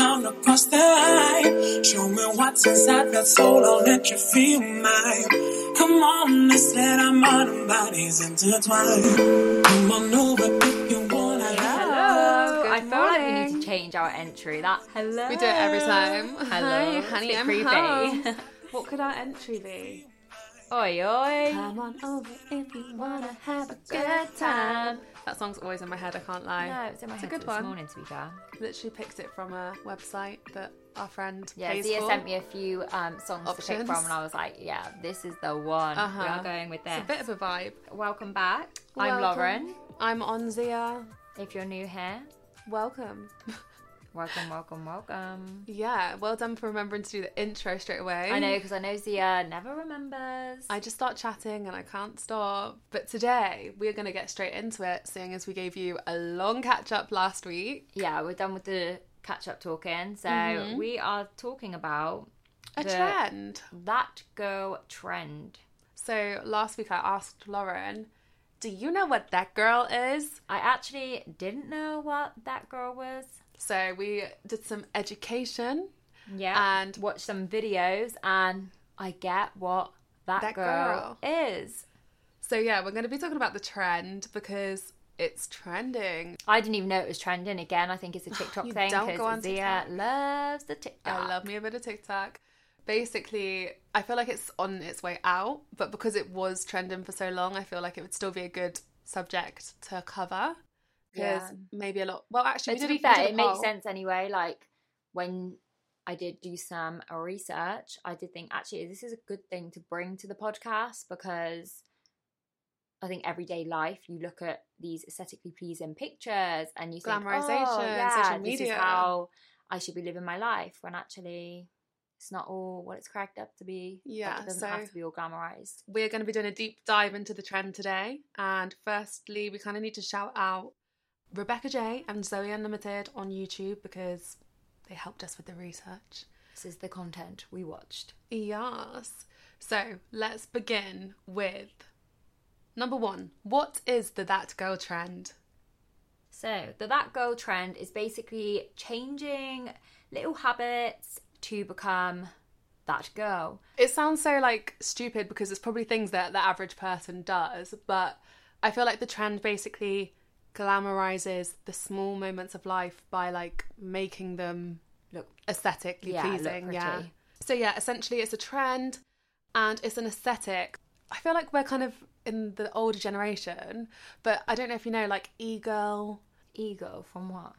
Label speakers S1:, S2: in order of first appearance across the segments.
S1: across the line. Show me what's inside that soul, I'll let you feel mine. Come on, let's let our modern bodies intertwine. Come on over if you wanna.
S2: Hello.
S3: Good
S2: I feel like we need
S3: morning.
S2: to change our entry. That hello.
S3: We do it every time.
S2: Hello.
S3: Hi, honey,
S2: It's a bit
S3: I'm
S2: creepy.
S3: home. What could our entry be?
S2: Oi oi.
S3: Come on over if you wanna have a good time. That song's always in my head. I can't lie.
S2: No, it's in my
S3: It's a
S2: head
S3: good
S2: this
S3: one.
S2: morning to be fair.
S3: Literally picked it from a website that our friend
S2: Yeah,
S3: pays
S2: Zia
S3: for.
S2: sent me a few um, songs to pick
S3: Options.
S2: from, and I was like, yeah, this is the one. We
S3: Uh-huh.
S2: are going with this.
S3: It's a bit of a vibe.
S2: Welcome back. I'm
S3: Welcome.
S2: Lauren.
S3: I'm on Zia.
S2: If you're new here,
S3: Welcome.
S2: welcome, welcome, welcome.
S3: Yeah, well done for remembering to do the intro straight away.
S2: I know because I know Zia never remembers.
S3: I just start chatting and I can't stop. But today we are going to get straight into it, seeing as we gave you a long catch up last week.
S2: yeah, we're done with the catch up talking. So
S3: Mm-hmm.
S2: we are talking about
S3: A
S2: The-
S3: trend.
S2: that girl trend.
S3: So last week I asked Lauren, do you know what that girl is?
S2: I actually didn't know what that girl was.
S3: So we did some education.
S2: Yeah.
S3: And-
S2: And watched some videos and I get what that,
S3: That
S2: girl,
S3: girl.
S2: is.
S3: So yeah, we're going to be talking about the trend because it's trending.
S2: I didn't even know it was trending again. I think it's a TikTok
S3: You
S2: thing
S3: don't go on
S2: because Zia loves the TikTok.
S3: I love me a bit of TikTok. Basically, I feel like it's on its way out, but because it was trending for so long, I feel like it would still be a good subject to cover. Because
S2: Yeah.
S3: maybe a lot. Well, actually,
S2: But
S3: we
S2: to
S3: did a-
S2: be fair,
S3: we did a
S2: it makes
S3: poll.
S2: sense anyway. Like when I did do some research, I did think actually this is a good thing to bring to the podcast because I think everyday life you look at these aesthetically pleasing pictures and you think, oh,
S3: Glamorisation,
S2: yeah,
S3: social
S2: this
S3: media."
S2: is how I should be living my life. When actually it's not all what it's cracked up to be. Like,
S3: Yeah,
S2: it doesn't
S3: so-
S2: have to be all glamorized.
S3: We're going to be doing a deep dive into the trend today. And firstly, we kind of need to shout out Rebecca J and Zoe Unlimited on YouTube because they helped us with the research.
S2: This is the content we watched.
S3: Yes. So let's begin with number one. What is the that girl trend?
S2: So, the that girl trend is basically changing little habits to become that girl.
S3: It sounds so like stupid because it's probably things that the average person does, but I feel like the trend basically glamorizes the small moments of life by like making them
S2: Look,
S3: aesthetically
S2: Yeah, look
S3: pleasing. yeah.
S2: pretty.
S3: So yeah, essentially it's a trend and it's an aesthetic. I feel like we're kind of in the older generation, but I don't know if you know like e-girl
S2: ego from what?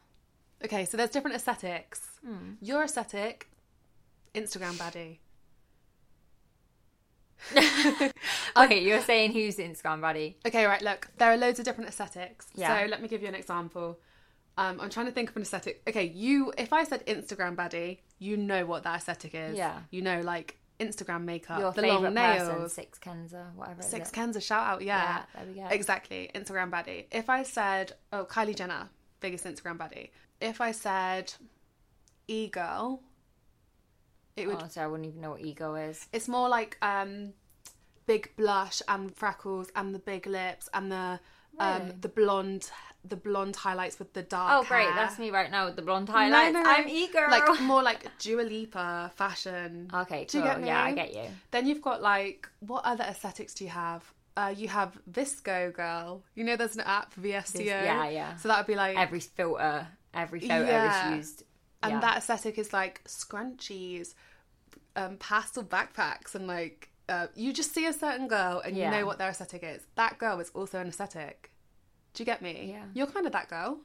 S3: Okay, so there's different aesthetics.
S2: Hmm.
S3: Your aesthetic, Instagram baddie.
S2: Okay, you're saying who's Instagram buddy?
S3: Okay, right, look, there are loads of different aesthetics.
S2: Yeah.
S3: So let me give you an example. Um, I'm trying to think of an aesthetic. Okay, you, if I said Instagram baddie, you know what that aesthetic is.
S2: Yeah.
S3: You know, like Instagram makeup,
S2: Your
S3: Uh, the long
S2: favorite person,
S3: nails.
S2: Six Kenza, whatever. it
S3: Six
S2: is.
S3: Ken's a shout out, yeah.
S2: Yeah, there we go.
S3: Exactly, Instagram baddie. If I said, oh, Kylie Jenner, biggest Instagram baddie. If I said e girl, it would
S2: Honestly, Oh, I wouldn't even know what ego is.
S3: It's more like um big blush and freckles and the big lips and the um
S2: Really?
S3: the blonde the blonde highlights with the
S2: Oh,
S3: dark.
S2: great,
S3: hair.
S2: that's me right now with the blonde
S3: No,
S2: highlights.
S3: no, no.
S2: I'm ego.
S3: Like more like Dua Lipa fashion.
S2: okay,
S3: Do
S2: cool.
S3: you get me?
S2: Yeah, I get you.
S3: Then you've got like what other aesthetics do you have? Uh, you have Visco Girl. You know, there's an app VSCO.
S2: yeah, yeah.
S3: So that would be like,
S2: Every filter, every photo
S3: Yeah.
S2: is used.
S3: and
S2: yeah.
S3: that aesthetic is like scrunchies, um, pastel backpacks, and like uh, you just see a certain girl and
S2: Yeah.
S3: you know what their aesthetic is. That girl is also an aesthetic. Do you get me?
S2: Yeah. Oh.
S3: You're kind of that girl.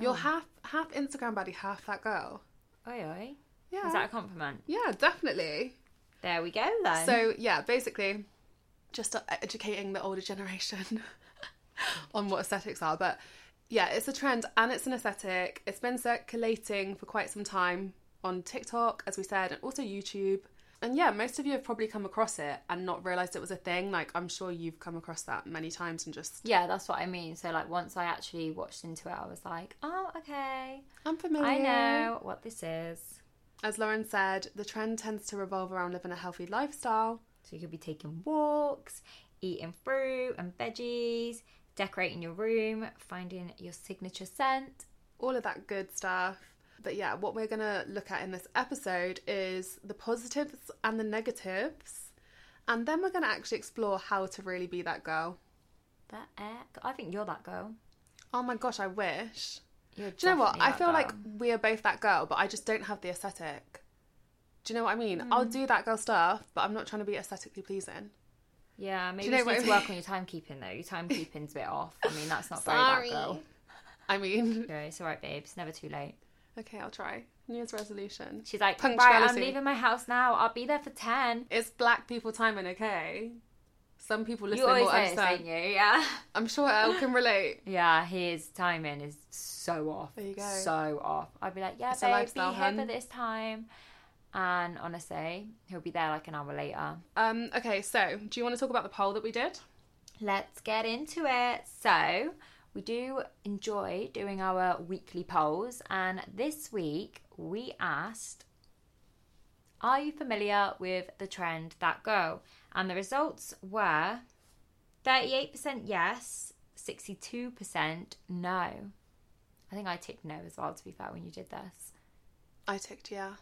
S3: You're half half Instagram buddy, half that girl.
S2: Oi, oi.
S3: Yeah.
S2: Is that a compliment?
S3: Yeah, definitely.
S2: There we go then.
S3: So yeah, basically, just uh, educating the older generation on what aesthetics are. But yeah, it's a trend and it's an aesthetic. It's been circulating for quite some time on TikTok, as we said, and also YouTube. And yeah, most of you have probably come across it and not realised it was a thing. Like I'm sure you've come across that many times and just
S2: Yeah, that's what I mean. So like once I actually watched into it, I was like, oh, okay,
S3: I'm familiar.
S2: I know what this is.
S3: As Lauren said, the trend tends to revolve around living a healthy lifestyle.
S2: So you could be taking walks, eating fruit and veggies, decorating your room, finding your signature scent.
S3: all of that good stuff. But yeah, what we're going to look at in this episode is the positives and the negatives. And then we're going to actually explore how to really be that girl.
S2: That heck? I think you're that girl.
S3: Oh my gosh, I wish.
S2: You're
S3: Do you know what?
S2: definitely
S3: I
S2: that
S3: feel like
S2: girl.
S3: we are both that girl, but I just don't have the aesthetic. Do you know what I mean? I'll
S2: Mm.
S3: do that girl stuff, but I'm not trying to be aesthetically pleasing.
S2: Yeah, maybe you,
S3: you know
S2: just
S3: what
S2: need
S3: I
S2: to work on
S3: mean?
S2: your timekeeping though. Your timekeeping's a bit off. I mean, that's not very that girl.
S3: I mean,
S2: No, it's all right, babe. It's never too late.
S3: okay, I'll try. New Year's resolution.
S2: She's like, right, I'm
S3: Punctuality.
S2: leaving my house now. I'll be there for ten.
S3: It's black people timing, okay? Some people
S2: You
S3: listening
S2: always
S3: will
S2: say it, don't
S3: understand.
S2: you? Yeah.
S3: I'm sure Elle can relate.
S2: Yeah, his timing is so off.
S3: There you go.
S2: So off. I'd be like, yeah,
S3: It's a
S2: babe, be
S3: lifestyle,
S2: here for
S3: hun.
S2: this time. And honestly, he'll be there like an hour later.
S3: Um, okay, so do you want to talk about the poll that we did?
S2: Let's get into it. So, we do enjoy doing our weekly polls, and this week we asked, Are you familiar with the trend that girl? And the results were 38% yes, 62% no. I think I ticked no as well, to be fair, when you did this.
S3: I ticked yeah.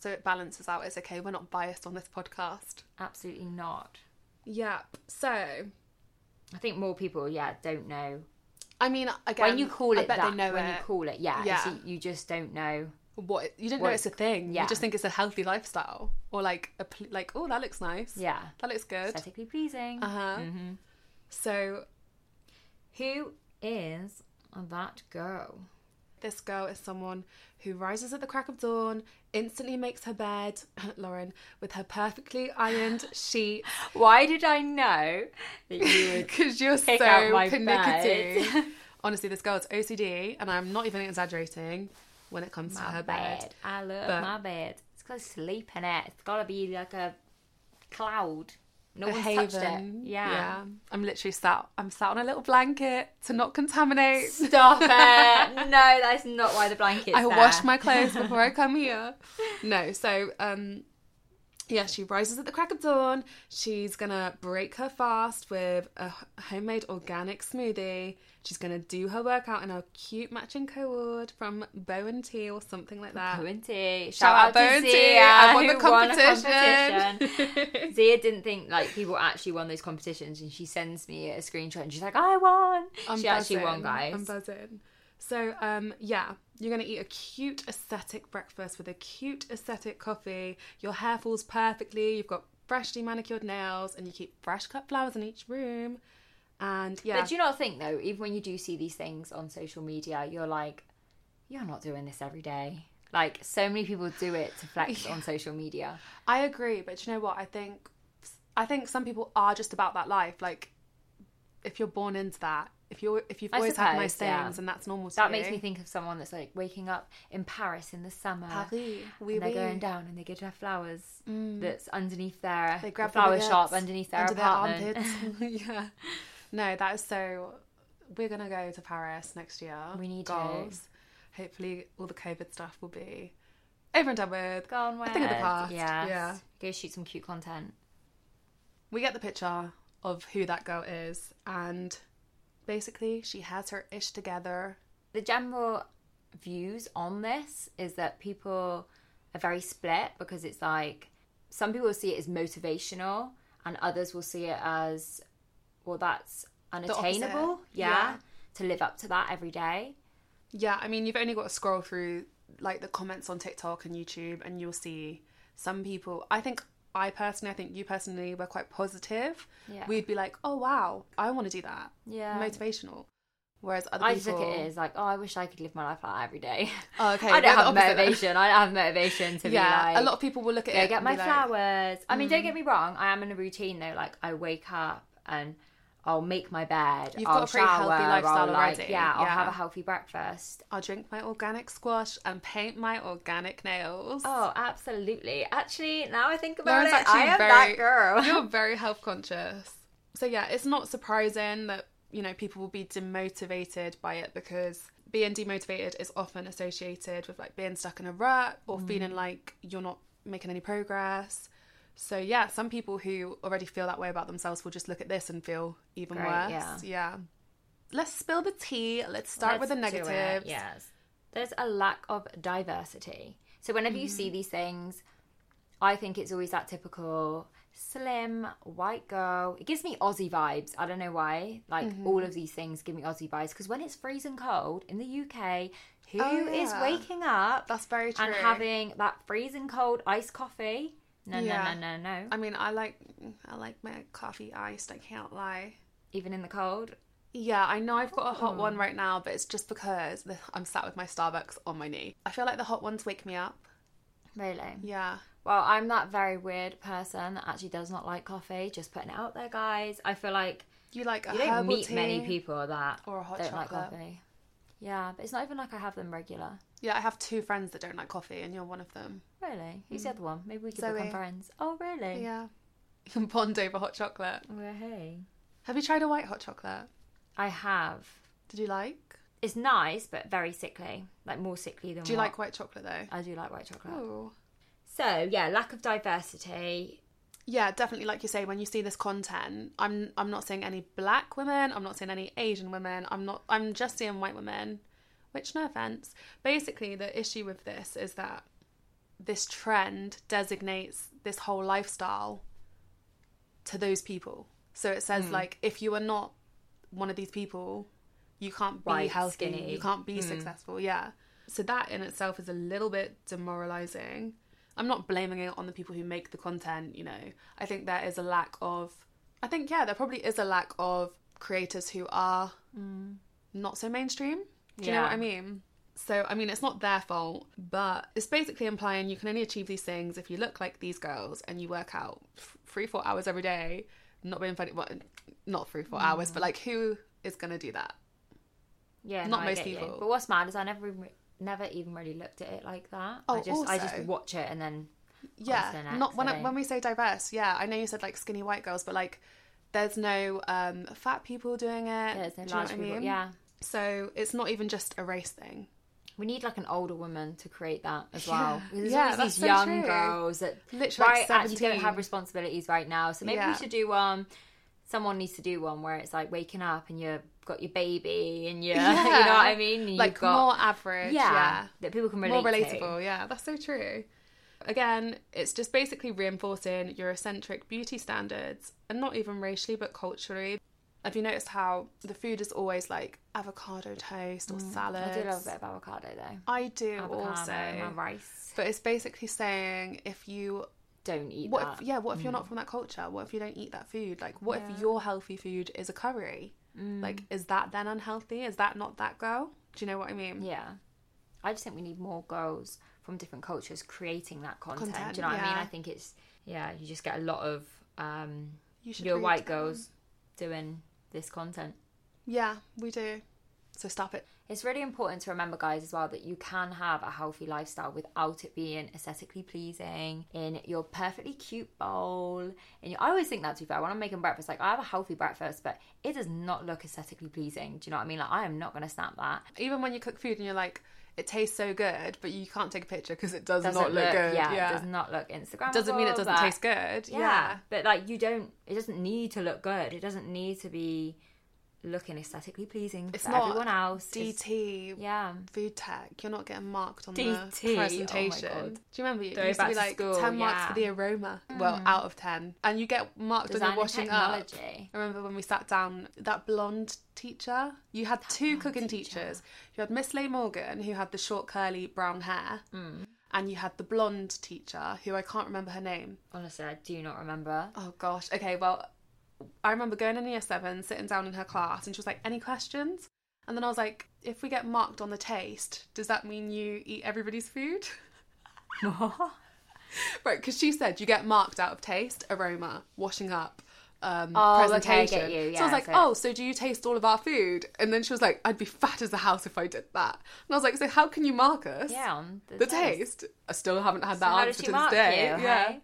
S3: So it balances out. It's okay. We're not biased on this podcast.
S2: Absolutely not.
S3: Yep. So
S2: I think more people, yeah, don't know.
S3: I mean, again,
S2: When you call
S3: I
S2: it
S3: bet
S2: that,
S3: they know
S2: when
S3: it.
S2: you call it, yeah,
S3: Yeah.
S2: it's- you just don't know.
S3: what you didn't
S2: what
S3: know it's a thing.
S2: yeah.
S3: You just think it's a healthy lifestyle or like a pl- like oh that looks nice.
S2: Yeah. Mm-hmm.
S3: That looks good.
S2: aesthetically pleasing.
S3: Uh huh. So
S2: Who is that girl?
S3: This girl is someone who rises at the crack of dawn, instantly makes her bed, Lauren, with her perfectly ironed sheets.
S2: Why did I know that you would?
S3: Because you're
S2: Pick
S3: so
S2: out my
S3: pernickety.
S2: bed.
S3: Honestly, this girl's OCD, and I'm not even exaggerating when it comes to
S2: my
S3: her
S2: bed.
S3: bed.
S2: I love
S3: But-
S2: my bed. It's got to sleep in it. It's got to be like a cloud. No
S3: A
S2: one's touched it.
S3: haven.
S2: Yeah.
S3: I'm literally sat. I'm sat on a little blanket to not contaminate.
S2: Stop it. No, that's not why the blanket's
S3: I
S2: there.
S3: wash my clothes before I come here. No, so um yeah, she rises at the crack of dawn. She's gonna break her fast with a h- homemade organic smoothie. She's gonna do her workout in a cute matching cord from Bowen Tea or something like that.
S2: Bowen Tea. Shout,
S3: Shout out
S2: out, to
S3: Bowen Tea.
S2: Zia,
S3: I won
S2: who
S3: the
S2: Won a
S3: competition.
S2: competition. Zia didn't think like people actually won those competitions, and she sends me a screenshot, and she's like, "I won."
S3: I'm
S2: she actually won,
S3: buzzing.
S2: guys.
S3: I'm buzzing. So um yeah, you're gonna eat a cute aesthetic breakfast with a cute aesthetic coffee. Your hair falls perfectly. You've got freshly manicured nails, and you keep fresh cut flowers in each room. And yeah,
S2: But do you not think though, even when you do see these things on social media, you're like, you're not doing this every day. Like so many people do it to flex on social media.
S3: I agree. But do you know what? I think I think some people are just about that life. Like if you're born into that, if you are if you've
S2: I
S3: always had
S2: suppose,
S3: nice things,
S2: yeah.
S3: and that's normal. To
S2: That
S3: you.
S2: makes me think of someone that's like waking up in Paris in the summer.
S3: Paris,
S2: and
S3: oui,
S2: they're
S3: oui.
S2: going down and they go to have flowers that's underneath their
S3: Mm. They
S2: the
S3: grab the
S2: flower shop
S3: baguettes
S2: underneath their
S3: under
S2: apartment.
S3: armpits. yeah. No, that is so. We're gonna go to Paris next year.
S2: We need to.
S3: goals. Hopefully, all the COVID stuff will be over and done with.
S2: Gone
S3: A
S2: with.
S3: thing of the past.
S2: Yes.
S3: Yeah.
S2: Go shoot some cute content.
S3: We get the picture of who that girl is, and basically, she has her ish together.
S2: the general views on this is that people are very split because it's like some people see it as motivational and others will see it as well that's unattainable
S3: opposite.
S2: yeah,
S3: Yeah.
S2: to live up to that every day
S3: Yeah, I mean, you've only got to scroll through like the comments on TikTok and YouTube, and you'll see some people. I think I personally, I think you personally were quite positive.
S2: Yeah.
S3: We'd be like, oh wow, I want to do that.
S2: Yeah.
S3: Motivational. Whereas other
S2: i just
S3: people.
S2: look at it as like oh i wish i could live my life like that every day
S3: Oh, okay.
S2: i
S3: we're the
S2: don't have
S3: opposite then.
S2: motivation i don't have motivation to
S3: Yeah,
S2: be like
S3: a lot of people will look at
S2: go
S3: it.
S2: get
S3: and
S2: my
S3: be like, "Hmm."
S2: flowers. I mean, don't get me wrong. I am in a routine though. Like I wake up and I'll make my bed.
S3: You've
S2: I'll
S3: got a pretty healthy
S2: shower, I'll,
S3: lifestyle
S2: like-
S3: already.
S2: yeah, I'll
S3: Yeah.
S2: have a healthy breakfast.
S3: I'll drink my organic squash and paint my organic nails.
S2: Oh, absolutely. Actually, now I think about
S3: Lauren's
S2: it, I
S3: actually
S2: am
S3: very-
S2: that girl.
S3: You're very health conscious. So yeah, it's not surprising that you know people will be demotivated by it because being demotivated is often associated with like being stuck in a rut or
S2: Mm.
S3: feeling like you're not making any progress. So yeah, some people who already feel that way about themselves will just look at this and feel even
S2: Great,
S3: worse.
S2: yeah.
S3: Let's spill the tea. Let's start with the
S2: Let's do it.
S3: negatives.
S2: Yes. there's a lack of diversity. So whenever you
S3: Mm-hmm.
S2: see these things, I think it's always that typical slim white girl. It gives me Aussie vibes. I don't know why. Like all
S3: Mm-hmm.
S2: of these things give me Aussie vibes because when it's freezing cold in the UK, who is
S3: Oh, yeah.
S2: waking up
S3: That's very true.
S2: and having that freezing cold iced coffee? No,
S3: Yeah.
S2: no, no, no, no.
S3: I mean, I like I like my coffee iced. I can't lie.
S2: Even in the cold.
S3: Yeah, I know I've got a hot
S2: Hmm.
S3: one right now, but it's just because the- I'm sat with my Starbucks on my knee. I feel like the hot ones wake me up.
S2: Really?
S3: Yeah.
S2: Well, I'm that very weird person that actually does not like coffee. Just putting it out there, guys. I feel like
S3: You like a
S2: you don't
S3: herbal
S2: meet
S3: tea.
S2: many people that
S3: or a hot
S2: don't like
S3: chocolate.
S2: coffee. Yeah, but it's not even like I have them regular.
S3: Yeah, I have two friends that don't like coffee, and you're one of them.
S2: Really? Who's the other one? Maybe we could
S3: Mm. Zoe.
S2: become friends. Oh, really?
S3: Yeah. You can bond over hot chocolate.
S2: Well, hey.
S3: Have you tried a white hot chocolate?
S2: I have.
S3: Did you like?
S2: It's nice, but very sickly. Like more sickly than.
S3: Do you
S2: what-
S3: like white chocolate though?
S2: I do like white chocolate.
S3: Oh.
S2: So yeah, lack of diversity.
S3: Yeah, definitely. Like you say, when you see this content, I'm I'm not seeing any black women. I'm not seeing any Asian women. I'm not. I'm just seeing white women. Which, no offense. Basically, the issue with this is that this trend designates this whole lifestyle to those people. So it
S2: Hmm.
S3: says like, if you are not one of these people, you can't be
S2: Right,
S3: healthy.
S2: skinny. Hmm.
S3: You can't be successful. Yeah. So that in itself is a little bit demoralizing. I'm not blaming it on the people who make the content, you know. I think there is a lack of I think yeah, there probably is a lack of creators who are not so mainstream. Do you know what
S2: Yeah.
S3: I mean? So I mean it's not their fault, but it's basically implying you can only achieve these things if you look like these girls and you work out f- 3 4 hours every day, not being funny, well, not 3 4 hours,
S2: Mm.
S3: but like who is going to do that?
S2: Yeah,
S3: Not
S2: no, I
S3: most
S2: get you.
S3: people.
S2: But what's mad is I never, even- never even really looked at it like that.
S3: Oh,
S2: I just, I just
S3: also-
S2: watch it and then
S3: yeah
S2: to the next,
S3: not when,
S2: I
S3: I,
S2: think.
S3: when we say diverse yeah i know you said like skinny white girls but like there's no um fat people doing
S2: there's
S3: it Do
S2: no
S3: you know
S2: large
S3: what I
S2: people.
S3: mean?
S2: Yeah,
S3: so it's not even just a race thing
S2: We need like an older woman to create that as well.
S3: Yeah.
S2: There's
S3: Yeah,
S2: always
S3: that's
S2: these
S3: so
S2: young
S3: true.
S2: girls that
S3: Literally,
S2: right,
S3: like,
S2: actually don't
S3: 17.
S2: have responsibilities right now. So maybe
S3: Yeah.
S2: we should do one. Someone needs to do one where it's like waking up and you've got your baby and you're, you know what I mean? And
S3: like
S2: you've got,
S3: more average yeah,
S2: that people can relate
S3: more
S2: to.
S3: relatable yeah that's so true again it's just basically reinforcing eurocentric beauty standards and not even racially but culturally have you noticed how the food is always like avocado toast or salad
S2: Mm, I do love a bit of avocado though.
S3: I do
S2: Avocado
S3: also
S2: and rice.
S3: But it's basically saying if you
S2: Don't eat
S3: what
S2: that.
S3: if, yeah, what if you're
S2: mm.
S3: not from that culture? What if you don't eat that food? Like what if your healthy food is a curry? Like
S2: Mm.
S3: is that then unhealthy? Is that not that girl? Do you know what I mean?
S2: Yeah. I just think we need more girls from different cultures creating that content.
S3: Content,
S2: do you know what I
S3: yeah.
S2: mean? I think it's yeah, you just get a lot of um
S3: You should
S2: your
S3: read
S2: white
S3: that
S2: girls doing this content.
S3: one. Yeah, we do. So stop it.
S2: It's really important to remember, guys, as well, that you can have a healthy lifestyle without it being aesthetically pleasing in your perfectly cute bowl. And your, I always think that, to be fair, when I'm making breakfast, like I have a healthy breakfast, but it does not look aesthetically pleasing. Do you know what I mean? Like, I am not going to snap that.
S3: Even when you cook food and you're like it tastes so good, but you can't take a picture because it does
S2: Doesn't
S3: not look, good.
S2: Yeah,
S3: Yeah.
S2: it does not look Instagram.
S3: Doesn't mean it doesn't taste good.
S2: Yeah. but like you don't. It doesn't need to look good. It doesn't need to be looking aesthetically pleasing
S3: It's
S2: for
S3: not
S2: everyone else. It's-
S3: DT
S2: yeah.
S3: food tech. You're not getting marked on
S2: DT, oh
S3: the
S2: my
S3: presentation.
S2: God.
S3: Do you remember? You
S2: Going
S3: used to
S2: back
S3: be
S2: to
S3: like
S2: school,
S3: ten marks
S2: yeah.
S3: for the aroma. Well, out of ten, and you get marked
S2: Design
S3: on
S2: and
S3: your washing up.
S2: technology.
S3: I remember when we sat down, that blonde teacher. You had two cooking teachers. You had Miss Leigh Morgan, who had the short curly brown hair, and you had the blonde teacher, who I can't remember her name.
S2: Honestly, I do not remember.
S3: Oh gosh. Okay, well, I remember going in year seven, sitting down in her class, and she was like, Any questions? And then I was like, If we get marked on the taste, does that mean you eat everybody's food? right, because she said you get marked out of taste, aroma, washing up. Um,
S2: Oh, okay, I get
S3: presentation.
S2: you,
S3: so I
S2: yeah,
S3: was like,
S2: so-
S3: "Oh, so do you taste all of our food?" And then she was like, "I'd be fat as a house if I did that." And I was like, "So how can you mark us?"
S2: yeah, on the,
S3: the taste. I still haven't had that
S2: how does
S3: answer
S2: she
S3: to this
S2: mark
S3: day.
S2: you,
S3: yeah.
S2: hey?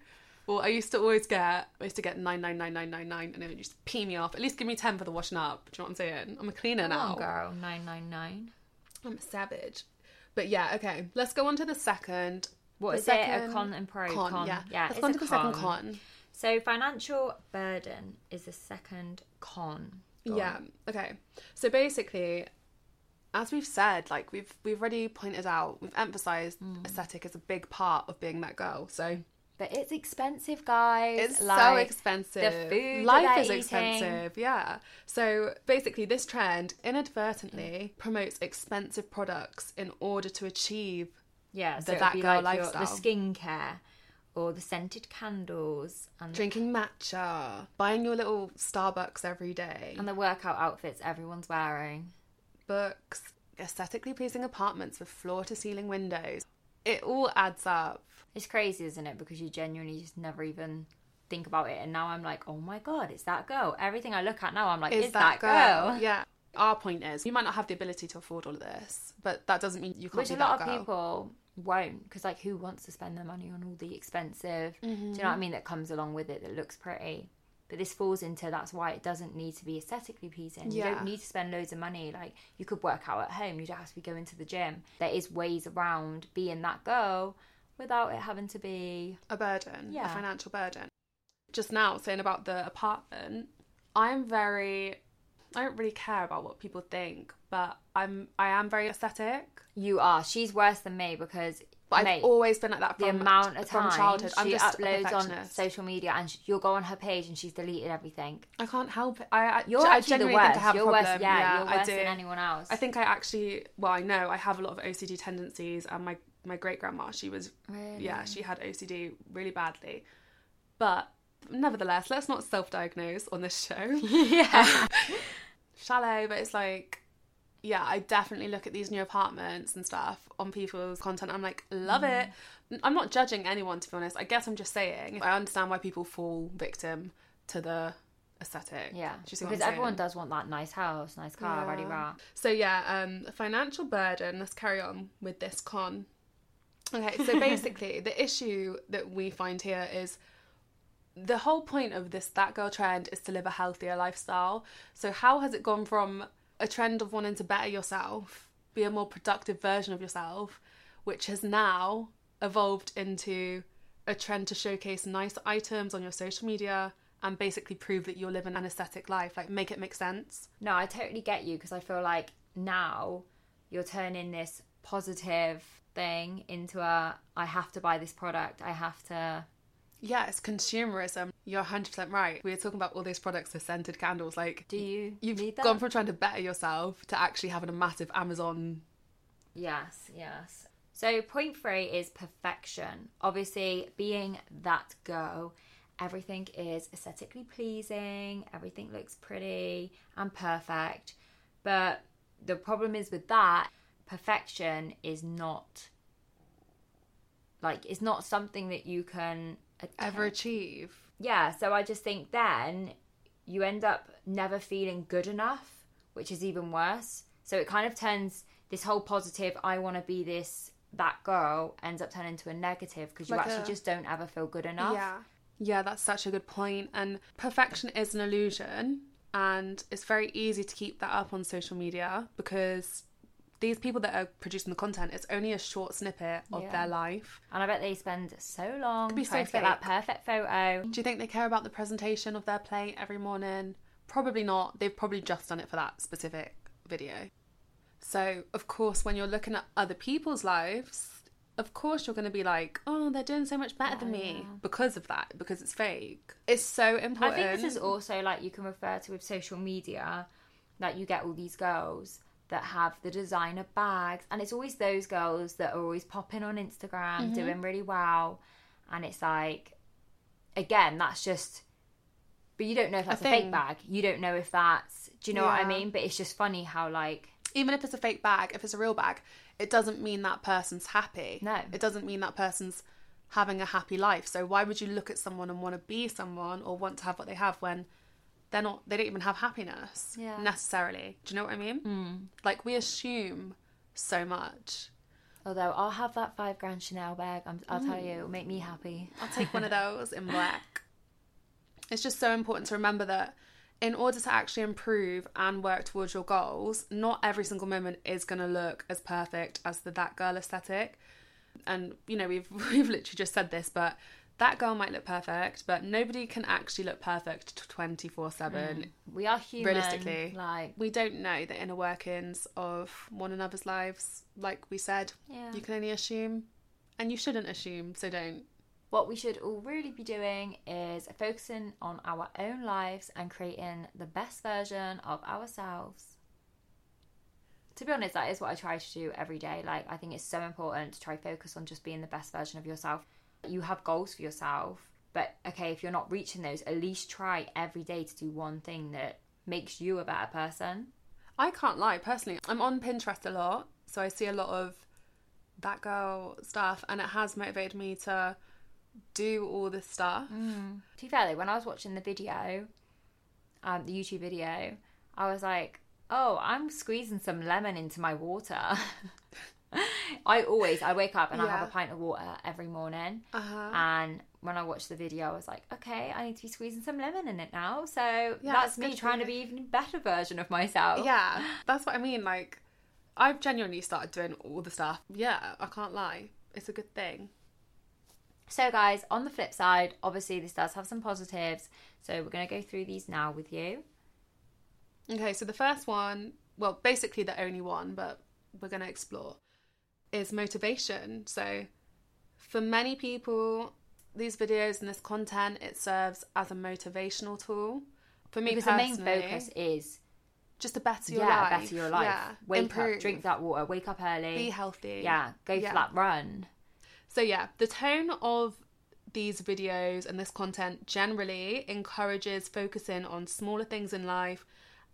S3: Well, I used to always get, I used to get nine nine nine nine nine nine, and it would just pee me off. At least give me ten for the washing up. Do you know what I'm saying? I'm a cleaner now.
S2: Oh, girl, nine nine nine.
S3: I'm a savage. But yeah, okay. Let's go on to the second.
S2: What
S3: the
S2: is it? A con and pro?
S3: Con,
S2: Con.
S3: yeah.
S2: Yeah,
S3: Let's
S2: it's
S3: go on
S2: a
S3: to the second
S2: con.
S3: con.
S2: So financial burden is the second con. Go on.
S3: Yeah. Okay. So basically, as we've said, like we've we've already pointed out, we've emphasized
S2: Hmm.
S3: aesthetic is a big part of being that girl. So
S2: But it's expensive, guys.
S3: it's so
S2: Like,
S3: expensive.
S2: food that
S3: Life
S2: they're
S3: is
S2: eating.
S3: expensive, yeah. So basically, this trend inadvertently promotes expensive products in order to achieve.
S2: Yeah, so
S3: the
S2: it'd
S3: that
S2: be
S3: girl
S2: like your-
S3: lifestyle.
S2: the skincare or the scented candles and the,
S3: Drinking matcha, buying your little Starbucks every day,
S2: and the workout outfits everyone's wearing.
S3: books, aesthetically pleasing apartments with floor to ceiling windows. It all adds up.
S2: It's crazy, isn't it? Because you genuinely just never even think about it. And now I'm like, oh my god, it's that girl. Everything I look at now, I'm like, is, that, girl?
S3: Yeah. Our point is, you might not have the ability to afford all of this, but that doesn't mean you can't
S2: Which
S3: be
S2: a lot
S3: that
S2: of
S3: girl.
S2: people won't, because like, who wants to spend their money on all the expensive?
S3: Mm-hmm.
S2: Do you know what I mean? That comes along with it that looks pretty. But this falls into that's why it doesn't need to be aesthetically pleasing. You
S3: Yeah.
S2: don't need to spend loads of money. Like you could work out at home. You don't have to be going to the gym. There is ways around being that girl without it having to be.
S3: a burden, a
S2: Yeah.
S3: financial burden. Just now saying about the apartment, I'm very I don't really care about what people think, but I'm I am very aesthetic.
S2: You are. She's worse than me because
S3: But
S2: mate,
S3: I've always been like that
S2: the
S3: from
S2: amount of
S3: from
S2: time
S3: childhood. I'm
S2: she
S3: just a
S2: uploads on
S3: perfectionist.
S2: social media and sh you'll go on her page and she's deleted everything.
S3: I can't help it. I, I
S2: You're
S3: I
S2: actually the
S3: genuinely
S2: worst.
S3: think I have
S2: you're
S3: a problem.
S2: worse. Yeah, you're
S3: I
S2: worse
S3: do.
S2: than anyone else.
S3: I think I actually, well, I know I have a lot of OCD tendencies, and my my great grandma, she was,
S2: Really?
S3: yeah, she had OCD really badly, but nevertheless, let's not self-diagnose on this show,
S2: yeah.
S3: shallow. But it's like, yeah, I definitely look at these new apartments and stuff on people's content. I'm like, love
S2: Mm.
S3: it. I'm not judging anyone to be honest. I guess I'm just saying I understand why people fall victim to the aesthetic.
S2: Yeah.
S3: Do you see what
S2: Because
S3: I'm
S2: everyone
S3: saying?
S2: does want that nice house, nice car, ready rah.
S3: So yeah, um, financial burden. Let's carry on with this con. Okay, so basically, the issue that we find here is the whole point of this that girl trend is to live a healthier lifestyle. So how has it gone from a trend of wanting to better yourself, be a more productive version of yourself, which has now evolved into a trend to showcase nice items on your social media and basically prove that you're living an aesthetic life, like make it make sense.
S2: No, I totally get you because I feel like now you're turning this positive thing into a I have to buy this product. I have to
S3: Yeah, it's consumerism. You're 100% right. We were talking about all these products with scented candles. Like,
S2: do you
S3: you've
S2: need that?
S3: gone from trying to better yourself to actually having a massive Amazon.
S2: Yes, yes. So, point three is perfection. Obviously, being that girl, everything is aesthetically pleasing, everything looks pretty and perfect. But the problem is with that, perfection is not like it's not something that you can attain
S3: Ever achieve?
S2: yeah so i just think then you end up never feeling good enough which is even worse so it kind of turns this whole positive i want to be this that girl ends up turning into a negative because you
S3: Like
S2: actually
S3: a-
S2: just don't ever feel good enough
S3: Yeah. Yeah, that's such a good point. And perfection is an illusion. And it's very easy to keep that up on social media because these people that are producing the content, it's only a short snippet of
S2: Yeah.
S3: their life.
S2: and i bet they spend so long
S3: be
S2: trying
S3: so
S2: to get that perfect photo
S3: Do you think they care about the presentation of their plate every morning? Probably not. They've probably just done it for that specific video. So, of course, when you're looking at other people's lives, of course you're going to be like, oh, they're doing so much better than me because of that, because it's fake. It's so
S2: i
S3: important.
S2: think this is also like you can refer to with social media that you get all these girls that have the designer bags and it's always those girls that are always popping on instagram
S3: Mm-hmm.
S2: doing really well and it's like again that's just but you don't know if that's a,
S3: thing.
S2: fake bag you don't know if that's do you know what
S3: Yeah.
S2: i mean but it's just funny how like
S3: even if it's a fake bag, if it's a real bag, it doesn't mean that person's happy.
S2: No.
S3: It doesn't mean that person's having a happy life. So why would you look at someone and want to be someone or want to have what they have when they're not they don't even have happiness
S2: Yeah. Hmm.
S3: necessarily. Do you know what I mean? Mm. Like we assume so much.
S2: although i'll have that five grand chanel bag I'm, i'll
S3: Mm.
S2: tell you it'll make me happy
S3: I'll take one of those in black. It's just so important to remember that in order to actually improve and work towards your goals, not every single moment is going to look as perfect as the that girl aesthetic. And you know, we've we've literally just said this, but that girl might look perfect, but nobody can actually look perfect 24 7.
S2: Hmm. We are human.
S3: Realistically.
S2: like
S3: We don't know the inner workings of one another's lives. Like we said,
S2: Yeah.
S3: you can only assume, and you shouldn't assume, so don't.
S2: what we should all really be doing is focusing on our own lives and creating the best version of ourselves. To be honest, that is what I try to do every day. Like, I think it's so important to try focus on just being the best version of yourself. You have goals for yourself, but okay, if you're not reaching those, at least try every day to do one thing that makes you a better person.
S3: I can't lie, personally, I'm on Pinterest a lot, so I see a lot of that girl stuff, and it has motivated me to do all this stuff.
S2: To be fair though, when I was watching the video, um, the YouTube video, I was like, "Oh, I'm squeezing some lemon into my water." I always I wake up and I have a
S3: Yeah.
S2: pint of water every morning,
S3: Uh-huh.
S2: and when I watched the video, I was like, "Okay, I need to be squeezing some lemon in it now." So that's
S3: it's
S2: me
S3: good for
S2: trying to
S3: you.
S2: be even better version of myself.
S3: Yeah, that's what I mean. Like, I've genuinely started doing all the stuff. Yeah, I can't lie. It's a good thing.
S2: So, guys, on the flip side, obviously this does have some positives. So we're gonna go through these now with you.
S3: Okay, so the first one, well, basically the only one, but we're going to explore, is motivation. So, for many people, these videos and this content, it serves as a motivational tool. For me,
S2: Because
S3: personally,
S2: the main focus is
S3: just to better your
S2: yeah,
S3: life.
S2: better your life.
S3: Yeah,
S2: Wake
S3: improve,
S2: up, drink that water, wake up early.
S3: be healthy.
S2: Yeah, go
S3: Yeah.
S2: for that run.
S3: So yeah, the tone of these videos and this content generally encourages focusing on smaller things in life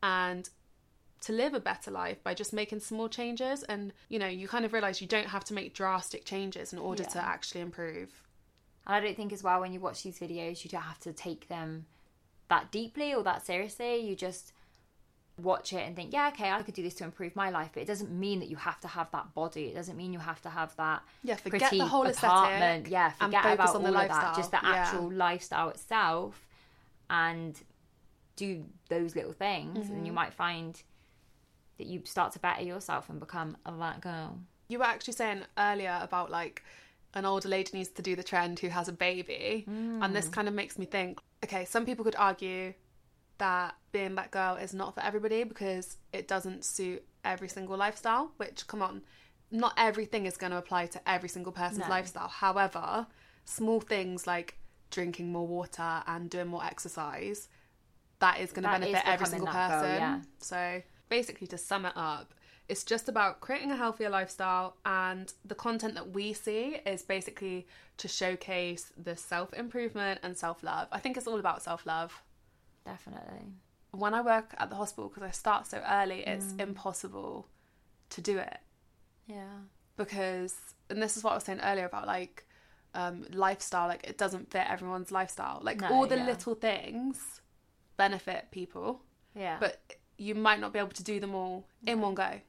S3: and to live a better life by just making small changes and you know you kind of realize you don't have to make drastic changes in order to
S2: Yeah.
S3: actually improve
S2: And I don't think as well when you watch these videos, you don't have to take them that deeply or that seriously. You just watch it and think, yeah, okay, I could do this to improve my life. But it doesn't mean that you have to have that body. It doesn't mean you have to have that.
S3: Yeah, forget the
S2: pretty
S3: whole aesthetic
S2: apartment. Yeah,
S3: and
S2: forget
S3: focus
S2: about
S3: on the
S2: all of
S3: lifestyle.
S2: that. Just the
S3: Yeah.
S2: actual lifestyle itself, and do those little things,
S3: Mm-hmm.
S2: and you might find that you start to better yourself and become that girl.
S3: you were actually saying earlier about like an older lady needs to do the trend who has a baby and this kind of makes me think okay some people could argue that being that girl is not for everybody because it doesn't suit every single lifestyle which come on not everything is going to apply to every single person's
S2: No.
S3: lifestyle however small things like drinking more water and doing more exercise that is going to
S2: That is
S3: benefit every
S2: becoming
S3: single
S2: that girl,
S3: person
S2: yeah.
S3: so basically, to sum it up, it's just about creating a healthier lifestyle, and the content that we see is basically to showcase the self improvement and self love. I think it's all about self love.
S2: Definitely.
S3: When I work at the hospital, because I start so early, it's
S2: Mm.
S3: impossible to do it
S2: Yeah.
S3: because, and this is what I was saying earlier about like um, lifestyle, like it doesn't fit everyone's lifestyle. Like
S2: No,
S3: all the
S2: yeah.
S3: little things benefit people,
S2: Yeah.
S3: but you might not be able to do them all in one go.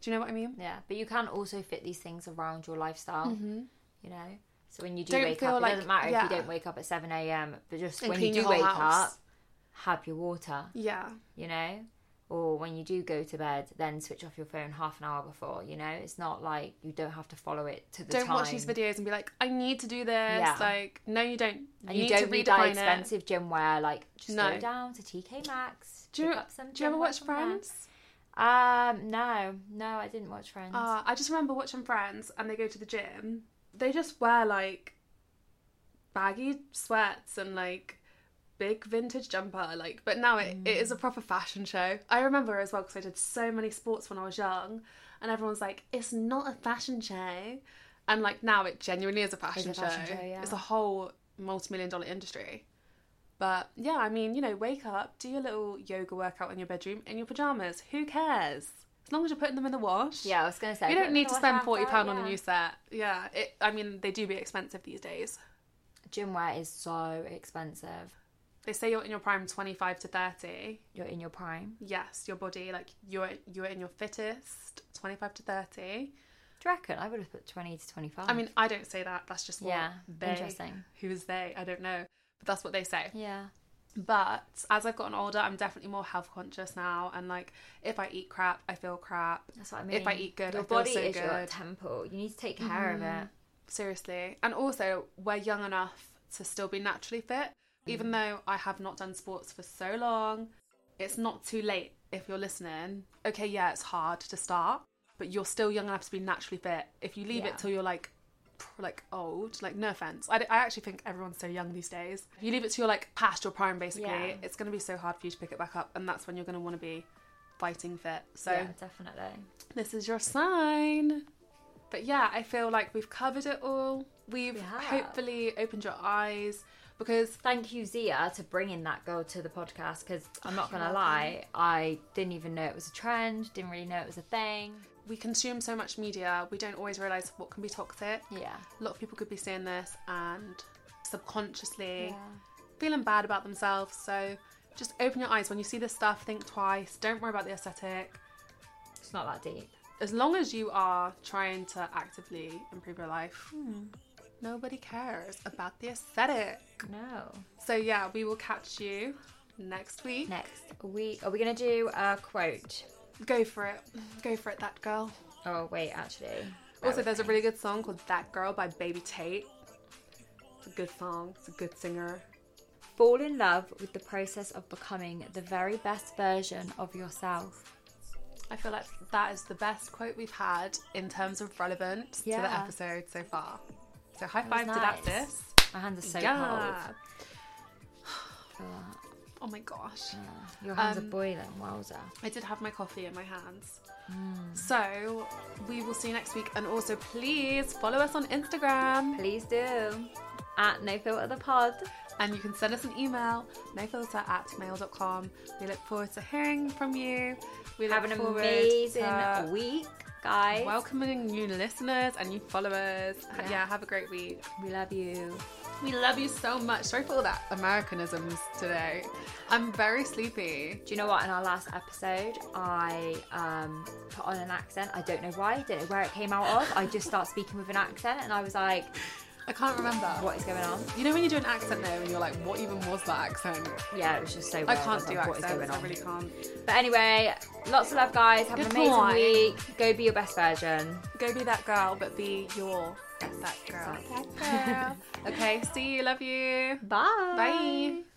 S3: Do you know what I mean?
S2: yeah, but you can also fit these things around your lifestyle. You know, so when you do
S3: Mm-hmm. Don't
S2: wake
S3: feel
S2: up,
S3: like-
S2: it doesn't matter
S3: yeah.
S2: if you don't wake up at seven a.m. But just
S3: And
S2: when
S3: clean
S2: you do
S3: your whole
S2: wake
S3: house.
S2: up, have your water.
S3: Yeah.
S2: You know, or when you do go to bed, then switch off your phone half an hour before. You know, it's not like you don't have to follow it to the
S3: Don't
S2: time.
S3: watch these videos and be like, I need to do this.
S2: Yeah.
S3: Like, no, you don't.
S2: And you,
S3: need
S2: don't
S3: to
S2: need that
S3: redefine it.
S2: expensive gym wear. Like just
S3: No.
S2: go down to TK Maxx.
S3: Do you,
S2: pick up some
S3: do you ever
S2: gym wear
S3: watch
S2: from there.
S3: Friends?
S2: Um, no, no, I didn't watch Friends.
S3: Uh, I just remember watching Friends and they go to the gym. They just wear like baggy sweats and like big vintage jumper. Like, but now it, it
S2: Mm.
S3: is a proper fashion show. I remember as well because I did so many sports when I was young, and everyone's like, it's not a fashion show. And like now it genuinely is a fashion,
S2: fashion
S3: show.
S2: show, yeah.
S3: It's a whole multi million dollar industry. But yeah, I mean, you know, wake up, do your little yoga workout in your bedroom in your pajamas. Who cares? As long as you're putting them in the wash.
S2: yeah, I was gonna say
S3: You
S2: put
S3: don't
S2: them in
S3: need
S2: the
S3: to
S2: wash
S3: spend
S2: after,
S3: forty pound on
S2: yeah.
S3: a new set. Yeah, it, I mean they do be expensive these days.
S2: gym wear is so expensive.
S3: They say you're in your prime twenty five to thirty.
S2: You're in your prime.
S3: Yes, your body like you're you're in your fittest twenty five to thirty.
S2: Do you reckon? I would have put 20 to 25.
S3: I mean I don't say that. That's just what
S2: Yeah,
S3: they.
S2: interesting.
S3: Who's they? I don't know, but that's what they say.
S2: yeah.
S3: But as I've gotten older, I'm definitely more health conscious now. And like if I eat crap, I feel crap.
S2: That's what I mean.
S3: If I eat good,
S2: your
S3: I feel
S2: body
S3: so
S2: is
S3: good. Mm-hmm.
S2: your temple. You need to take care of it.
S3: Seriously. And also, we're young enough to still be naturally fit. Even though I have not done sports for so long, it's not too late if you're listening. Okay, yeah, it's hard to start, but you're still young enough to be naturally fit. If you leave
S2: Yeah.
S3: it till you're like pr- like old, like no offense, I, d- I actually think everyone's so young these days. If you leave it till you're like past your prime, basically,
S2: Yeah.
S3: it's going to be so hard for you to pick it back up, and that's when you're going to want to be fighting fit. So
S2: yeah, definitely.
S3: this is your sign. But yeah, I feel like we've covered it all. We've
S2: We have.
S3: hopefully opened your eyes because
S2: Thank you, Zia, to bringing that girl to the podcast because I'm not
S3: You're
S2: going to lie, I didn't even know it was a trend, didn't really know it was a thing.
S3: we consume so much media, we don't always realise what can be toxic.
S2: Yeah.
S3: A lot of people could be seeing this and subconsciously
S2: Yeah.
S3: feeling bad about themselves. So just open your eyes when you see this stuff, think twice, don't worry about the aesthetic.
S2: It's not that deep.
S3: As long as you are trying to actively improve your life,
S2: Hmm.
S3: nobody cares about the aesthetic.
S2: No.
S3: So yeah, we will catch you next week.
S2: Next week, are we going to do a quote?
S3: Go for it. Go for it, that girl.
S2: Oh, wait, actually. Bear
S3: Also,
S2: with
S3: there's a
S2: me.
S3: really good song called That Girl by Baby Tate. It's a good song. It's a good singer.
S2: Fall in love with the process of becoming the very best version of yourself.
S3: I feel like that is the best quote we've had in terms of relevance to the
S2: Yeah.
S3: episode so far. So high
S2: was
S3: five to that
S2: nice.
S3: sis.
S2: My hands are so
S3: yeah.
S2: cold. Uh,
S3: Oh my gosh.
S2: Mm. your hands
S3: Um,
S2: are boiling, wowza.
S3: I did have my coffee in my hands.
S2: Mm.
S3: So we will see you next week. And also, please follow us on Instagram.
S2: Please do. At No Filter The Pod.
S3: And you can send us an email, nofilter at mail.com. We look forward to hearing from you. We look
S2: Have an
S3: forward
S2: amazing
S3: to
S2: week, guys.
S3: welcoming new listeners and new followers. Ha- Yeah.
S2: Yeah.
S3: have a great week.
S2: We love you.
S3: We love you so much. Sorry for all that Americanisms today. I'm very sleepy.
S2: Do you know what? In our last episode, I um, put on an accent. I don't know why. Don't know where it came out of. I just start speaking with an accent, and I was like,
S3: I can't remember.
S2: "What is going on?"
S3: You know when you do an accent though and you're like, what even was that accent?
S2: Yeah, it was just so. Weird.
S3: I
S2: was
S3: can't do
S2: like, "What is
S3: accents. I
S2: going on?"
S3: really can't.
S2: But anyway, lots of love, guys. Have an
S3: Good
S2: amazing
S3: boy.
S2: week. Go be your best version.
S3: Go be that girl, but be your that girl. okay, see you. Love you.
S2: Bye.
S3: Bye.